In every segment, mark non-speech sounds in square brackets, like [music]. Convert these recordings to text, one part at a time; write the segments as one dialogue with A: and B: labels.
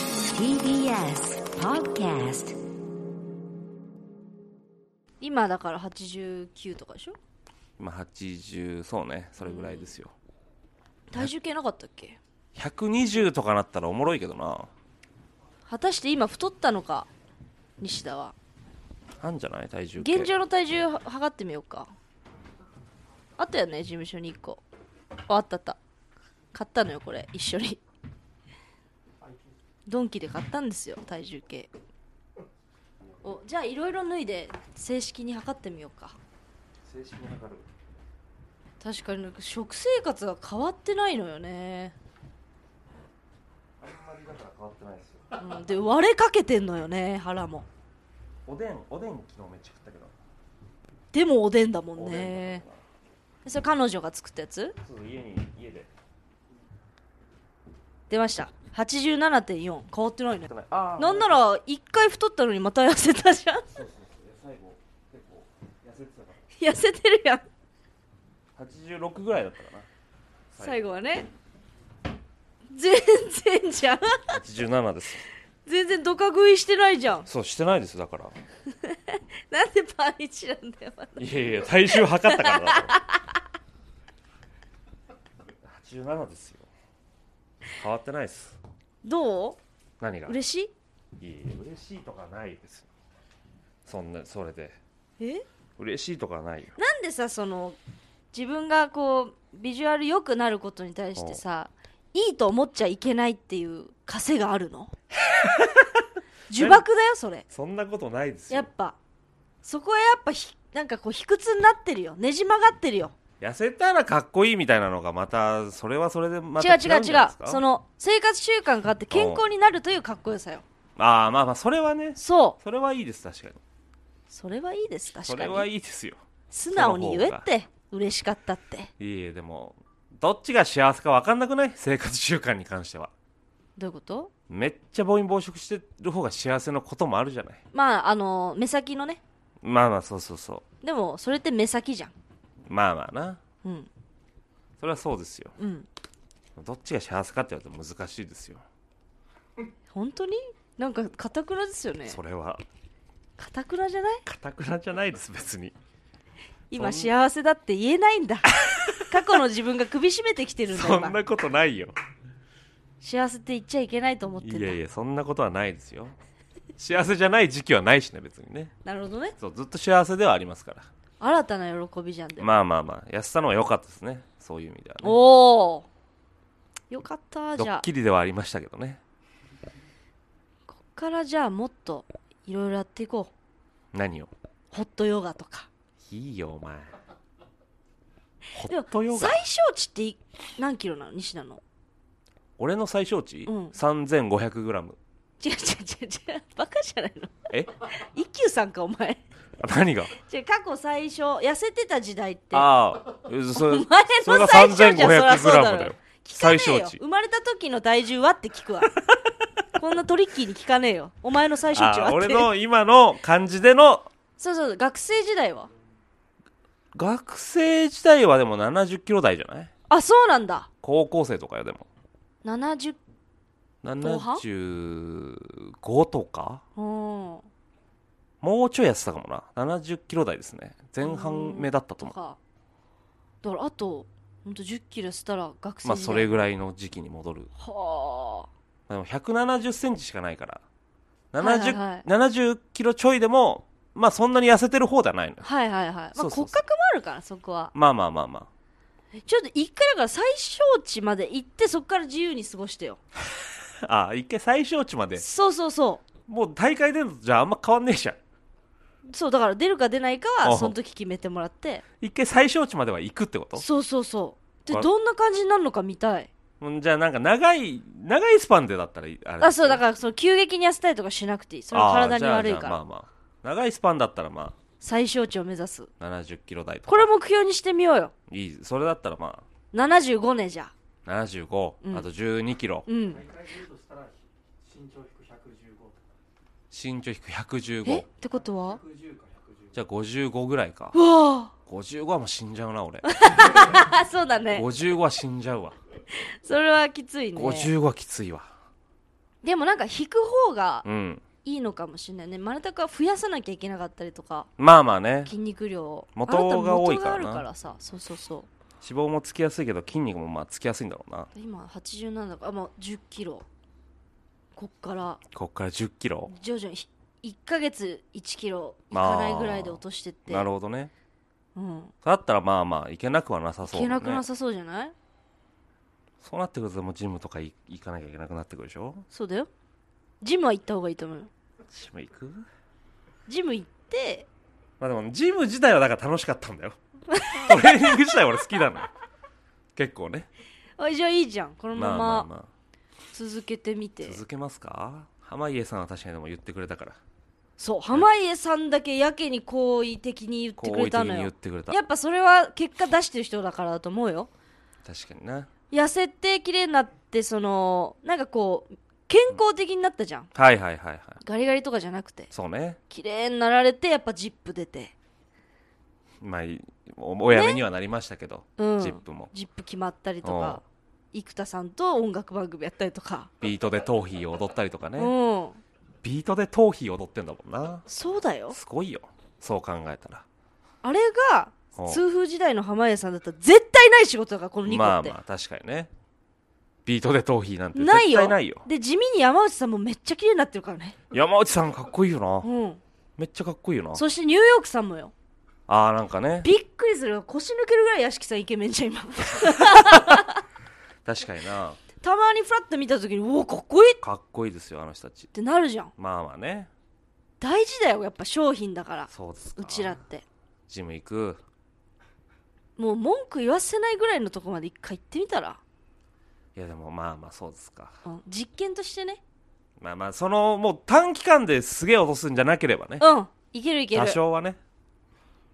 A: TBS Podcast
B: 今だから89とかでしょ
C: まあ80そうねそれぐらいですよ、
B: 体重計なかったっけ
C: 120とかなったらおもろいけどな
B: 果たして今太ったのか西田は
C: あんじゃない体重計
B: 現状の体重は測ってみようかあったよね事務所に1個ああったあった買ったのよこれ一緒にドンキで買ったんですよ体重計おじゃあいろいろ脱いで正式に測ってみようか
C: 正式に測る
B: 確かになんか食生活が変わってないのよね、
C: あんまりだから変わってないですよ
B: うん、で割れかけてんのよね腹も
C: おでんおでん昨日めっちゃ食ったけど
B: でもおでんだもん
C: おでん
B: ね
C: だから
B: それ彼女が作ったやつ
C: なそうそう家に家で
B: 出ました87.4変わってないね
C: 食ってないあー
B: なんなら一回太ったのにまた痩せたじゃん
C: そうそうそういや最後結構痩せてた
B: [laughs] 痩
C: か
B: せてるやん
C: ら86ぐらいだったかな
B: 最後はね全然じゃん
C: 87です
B: 全然ドカ食いしてないじゃん
C: そうしてないですよだから
B: なんでパン1なんだよまだ
C: いやいや体重測ったから [laughs] だと87ですよ変わってないです
B: ど
C: 何が
B: う嬉し
C: いやいや嬉しいとかないですよそんなそれで
B: いえ
C: 嬉しいとかないよ
B: なんでさその自分がこうビジュアル良くなることに対してさいいと思っちゃいけないっていう枷がある
C: [laughs]
B: の呪縛だよそれ
C: そんなことないです
B: やっ
C: よ
B: ぱそこはやっぱひなんかこう卑屈になってるよねじ曲がってるよ
C: 痩せたらかっこいいみたいなのがまたそれはそれでま
B: 違
C: た
B: う違う違
C: んじ
B: う
C: ゃないですか
B: その生活習慣があって健康になるというかっこよさよ
C: ああまあまあそれはね
B: そう
C: それはいいです確かに
B: それはいいです確
C: そ
B: か
C: れ
B: に
C: はいいですよ
B: 素直に言え
C: その
B: っ
C: 方
B: て嬉しかったって
C: いえいえでもどっちが幸せか分かんなくない生活習慣に関しては
B: どういうこと
C: めっちゃ暴飲暴食してる方が幸せのこともあるじゃない
B: まああの目先のね
C: まあまあそうそうそ
B: でもそれって目先じゃん
C: うまあまあな
B: うん
C: それはそうですよ
B: うん
C: どっちが幸せかって言われて難しいですよ
B: 本当になんかかたくなですよね
C: それは
B: かたくなじゃない
C: かたくなじゃないです別に
B: 今
C: そん
B: 幸せだって言えないん
C: [laughs]
B: だ過去の自分が首絞めてきてるんだ
C: そん
B: 今
C: なことないよ
B: 幸せって言っちゃいけないと思ってんだ
C: いやいやそんなことはないですよ幸せじゃない時期はないしね別にね
B: なるほどね
C: そうずっと幸せではありますから
B: 新たな喜びじゃんでも、
C: まあまあまあ痩せたのは良かったですねそういう意味では、ね、
B: おおよかった
C: ド
B: じゃ
C: ッ
B: あ
C: キリではありましたけどね
B: こっからじゃあもっといろいろやっていこう
C: 何を
B: ホットヨガとか
C: いいよお前ホ
B: で
C: ットヨ
B: も
C: ガ
B: 最小値ってい何キロなの西田の
C: 俺の最小値、
B: うん
C: 3500g
B: 違う違う違う違うバカじゃないの [laughs]
C: え
B: 一休さんかお前
C: あ何が
B: 違う過去最小痩せてた時代って
C: ああえそ
B: お
C: れ
B: 前
C: それ
B: の
C: が
B: 最小じゃんそりゃそうだ
C: 3500g だ
B: ろ聞か
C: よ
B: ねえ
C: 最
B: よ
C: 小値
B: 生まれた時の体重はって聞
C: [laughs]
B: くわこんなトリッキーに聞かねえよお前の最小値は
C: あ
B: って
C: 俺の今の感じでの
B: そうそう学生時代は
C: 学生時代はでも70キロ台じゃない
B: あそうなんだ
C: 高校生とかよでも
B: 70後半
C: 75とか
B: うん
C: もうちょい痩せたかもな70キロ台ですね前半目だったと
B: と
C: 思う
B: かだからあとほんと1 0キロしたら学生時代
C: まあそれぐらいの時期に戻る
B: は
C: でも170センチしかないから
B: はいはい
C: 70,、70キロちょいでもまあそんなに痩せてる方ではないのよ
B: あはいはいはい、まあ、
C: そうそうそう
B: 骨格もあるからそこは
C: まあまあまあまあ
B: ちょっと一回だから最小値まで行ってそこから自由に過ごしてよ
C: ああ一回最小値まで
B: そうそうそ
C: もう大会出るのとじゃああんま変わんねえじゃん
B: うそうだから出るか出ないか
C: あ
B: は
C: は
B: その時決めてもらって
C: 一回最小値までは行くってこと
B: そうそうそうで
C: あ
B: どんな感じになるのか見たい
C: うんじゃあなんか長い長いスパンでだったらいいあれ
B: あそうだ
C: ら
B: からその急激に痩せたりとかしなくていいそれは体に悪いから、
C: まあまあ長いスパンだったらま
B: 最小値を目指す
C: あ70キロ台とか
B: これ目標にしてみようよ
C: いいそれだったらま
B: 75年じゃ
C: あ75、
B: うん
C: あと12キロ
B: うん
C: 身長引く
B: え
C: 115
B: ってことは
C: じゃあ55ぐらいか
B: うわ
C: 55はもう死んじゃうな俺
B: あ [laughs] そうだね
C: 55は死んじゃうわ
B: それはきついね
C: 55はきついわ
B: でもなんか引く方が
C: うん。
B: いいのかもしれないね丸太くんは増やさなきゃいけなかったりとか
C: まあまあね、
B: 筋肉量を
C: 元
B: あなた
C: が多いからな
B: 元があるからさそうそうそう
C: 脂肪もつきやすいけど、筋肉もまあつきやすいんだろうな。
B: 今87だからあもう1 0キロこっから
C: こっから10キロ。
B: 徐々に1ヶ月1キロいかないぐらいで落としてって
C: なるほどね。
B: うん、
C: だったらまあまあ、いけなくはなさ
B: い
C: そう
B: け
C: だ
B: なく
C: ね
B: な。さそうじゃない
C: そうなってくると、もうジムとかい行かなきゃいけなくなってくるでしょ
B: そうだよジムは行った方がいいと思うよ
C: ジム行く
B: ジム行って
C: まあでも、ジム自体はだから楽しかったんだ
B: [laughs]
C: よ。トレーニング自体は俺好きなのよ。結構ね。
B: あじゃあいいじゃんこのま
C: ま
B: ま
C: あまあま
B: 続けてみ
C: あ
B: て、
C: 続けますか濱家さんは確かにでも言ってくれたから。
B: そう濱家さんだけやけに好意的に言って
C: こ
B: く
C: う、
B: れ
C: 的
B: た
C: に
B: の
C: 言
B: よ
C: ってくれた。
B: やっぱそれは結果出してる人だからだと思うよ
C: 確かにな。
B: 痩せて綺麗になってそのなんかこう健康的になったじゃん
C: はいはいはいはい。
B: ガリガリとかじゃなくて
C: そうね。
B: 綺麗になられてやっぱジップ出て
C: まあ、いおおやめにはなりましたけど、
B: うん
C: ジップも。
B: ジップ決まったりとか生田さんと音楽番組やったりとか、
C: ビートで頭皮を踊ったりとかね。
B: うん
C: ビートで頭皮踊ってんだもんな。
B: そうだよ
C: すごいよ。そう考えたら。
B: あれが
C: お
B: 痛風時代の濱家さんだったら絶対ない仕事だからこの2個って、
C: まあまあ、確かにね。ビートで頭皮なんて絶
B: ないよ
C: 対ないよ。
B: で地味に山内さんもめっちゃ綺麗になってるからね
C: 山内さんかっこいいよな。
B: うん
C: めっちゃかっこいいよな。
B: そしてニューヨークさんもよ
C: ああ、なんかね。
B: びっくりする腰抜けるぐらい屋敷さんイケメンじゃん今
C: [laughs] 確かにな。
B: たまにフラッと見た時におおかっこいいっ
C: かっこいいですよ、あの人たち。
B: てなるじゃん
C: まあまあね。
B: 大事だよやっぱ商品だから
C: そうですか。
B: うちらっ。て
C: ジム行く。
B: もう文句言わせないぐらいのとこまで一回行ってみたら、
C: いや、でもまあまあ、そうですか。
B: うん、実験としてね
C: まあまあ、その、もう短期間ですげえ落とすんじゃなければね。
B: うんいけるいける
C: 多少はね。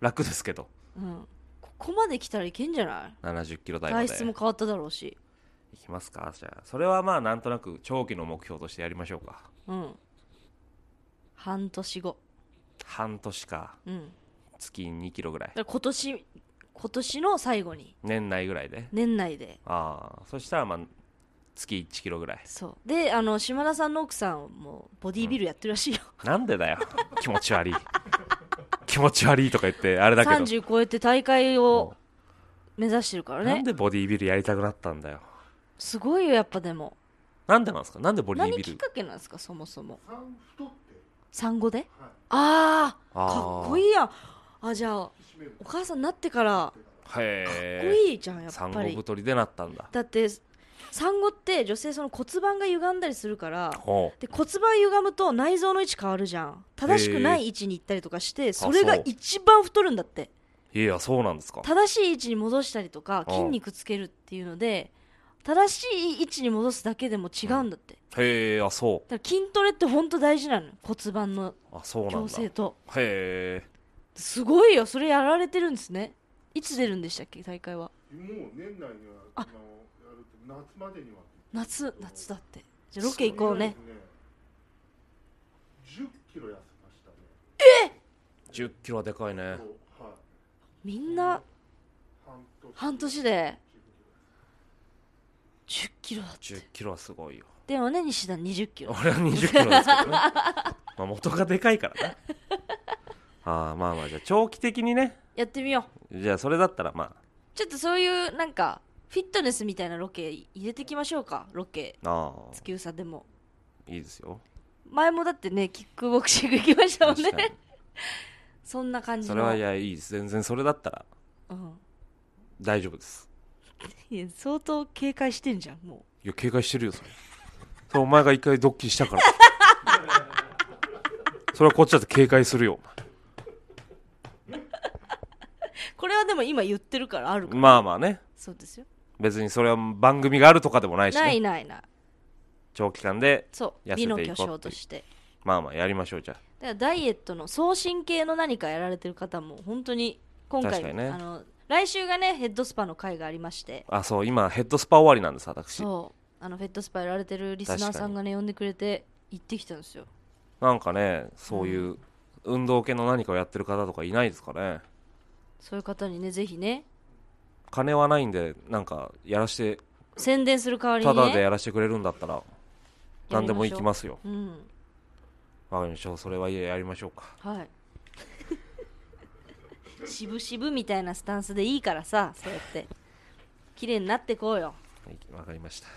C: 楽ですけど。
B: うん、ここまで来たらいけんじゃない
C: 70キロ台ま
B: 体
C: で。
B: 質も変わっただろうし、
C: いきますかじゃあそれはまあなんとなく長期の目標としてやりましょうか
B: うん、半年後、
C: 半年か
B: うん、だ
C: 月2キロぐらい
B: から今年今年の最後に
C: 年内ぐらいで
B: 年内で
C: ああそしたらまあ月1キロぐらい
B: そうであの島田さんの奥さんもボディービルやってるらしいよ、
C: なんでだよ気持ち悪い気持ち悪いとか言ってあれ [laughs] だけど
B: 30超えて大会を目指してるから
C: なん
B: ね
C: でボディービルやりたくなったんだよ
B: すごいよやっぱでも
C: なんでなんですかなんでボディー
B: 何
C: ビ
B: きっ
C: ル
B: かけなんですかそもそも産後で、ああ
C: あー
B: かっこいいやんあじゃあお母さんになってからかっこ
C: へえ
B: いいじゃんやっ
C: 三
B: ぱ
C: 国
B: り
C: 太りでなったんだ
B: だって産後って女性その骨盤が歪んだりするから
C: ほ
B: で骨盤歪むと内臓の位置変わるじゃん正しくない位置に行ったりとかしてそれが
C: そう
B: 一番太るんだって
C: ういやそうなんですか
B: 正しい位置に戻したりとか
C: うん
B: 筋肉つけるっていうので正しい位置に戻すだけでも違うんだって、
C: へえあそ
B: だから筋トレって本当大事なのよ骨盤の
C: うあそうな
B: 矯
C: んだ
B: 正
C: へ
B: と
C: え
B: すごいよそれやられてるんですねいつ出るんでしたっけ大会は
D: もう年内には
B: あ
D: あのやると夏までには
B: 夏夏だってじゃあロケ行こうね
D: とりあえずね10キロ痩せましたね
C: 1 0キロはでかいね
D: そうはい
B: みんな
D: 半年
B: 半年で10キロだっ
C: 1
B: て
C: 0キロはすごいよ
B: でもね西田20キロ
C: 俺は2 0キ
B: [laughs]
C: ロですけどねまあ元がでかいからねああまあまあじゃあ長期的にね
B: やってみよう
C: じゃあそれだったらま
B: ちょっとそういうなんかフィットネスみたいなロケ入れてきましょうかロケ
C: あああ
B: 月うさでも
C: いいですよ
B: 前もだってねキックボクシング行きましたもん
C: 確か
B: ね
C: に
B: そんな感じの
C: それはいやいいです全然それだったら
B: うん、
C: 大丈夫です
B: いや相当警戒してんじゃんも
C: いや警戒してるよそれそれお前が一回ドッキリしたから [laughs] それはこっちだって警戒するよ
B: うこれはでも今言ってるからあるから
C: まあまあね
B: そうですよ
C: 別にそれは番組があるとかでもないし、ね、
B: ないないない
C: 長期間で
B: そう
C: 痩せて
B: 美
C: いこ
B: の
C: う
B: 巨匠として
C: まあまあやりましょうじゃあ
B: だからダイエットの送信系の何かやられてる方も本当に今
C: 確
B: 回、
C: かにね
B: あの来週がねヘッドスパの会がありまして
C: あそう今ヘッドスパ終わりなんです私
B: そうあのヘッドスパやられてるリスナーさんがね呼んでくれて行ってきたんですよ
C: なんかねそういう運動系の何かをやってる方とかいないですかね
B: そういう方にねぜひね
C: 金はないんでなんかやらして
B: 宣伝する代わり
C: た
B: に
C: だで
B: ね
C: やらしてくれるんだったら
B: やりましょう
C: 何でもいきますよ
B: うん
C: わかりましょうそれはやりましょうか
B: はい [laughs] 渋々みたいなスタンスでいいからさそうやって綺麗になってこうよ
C: はいわかりました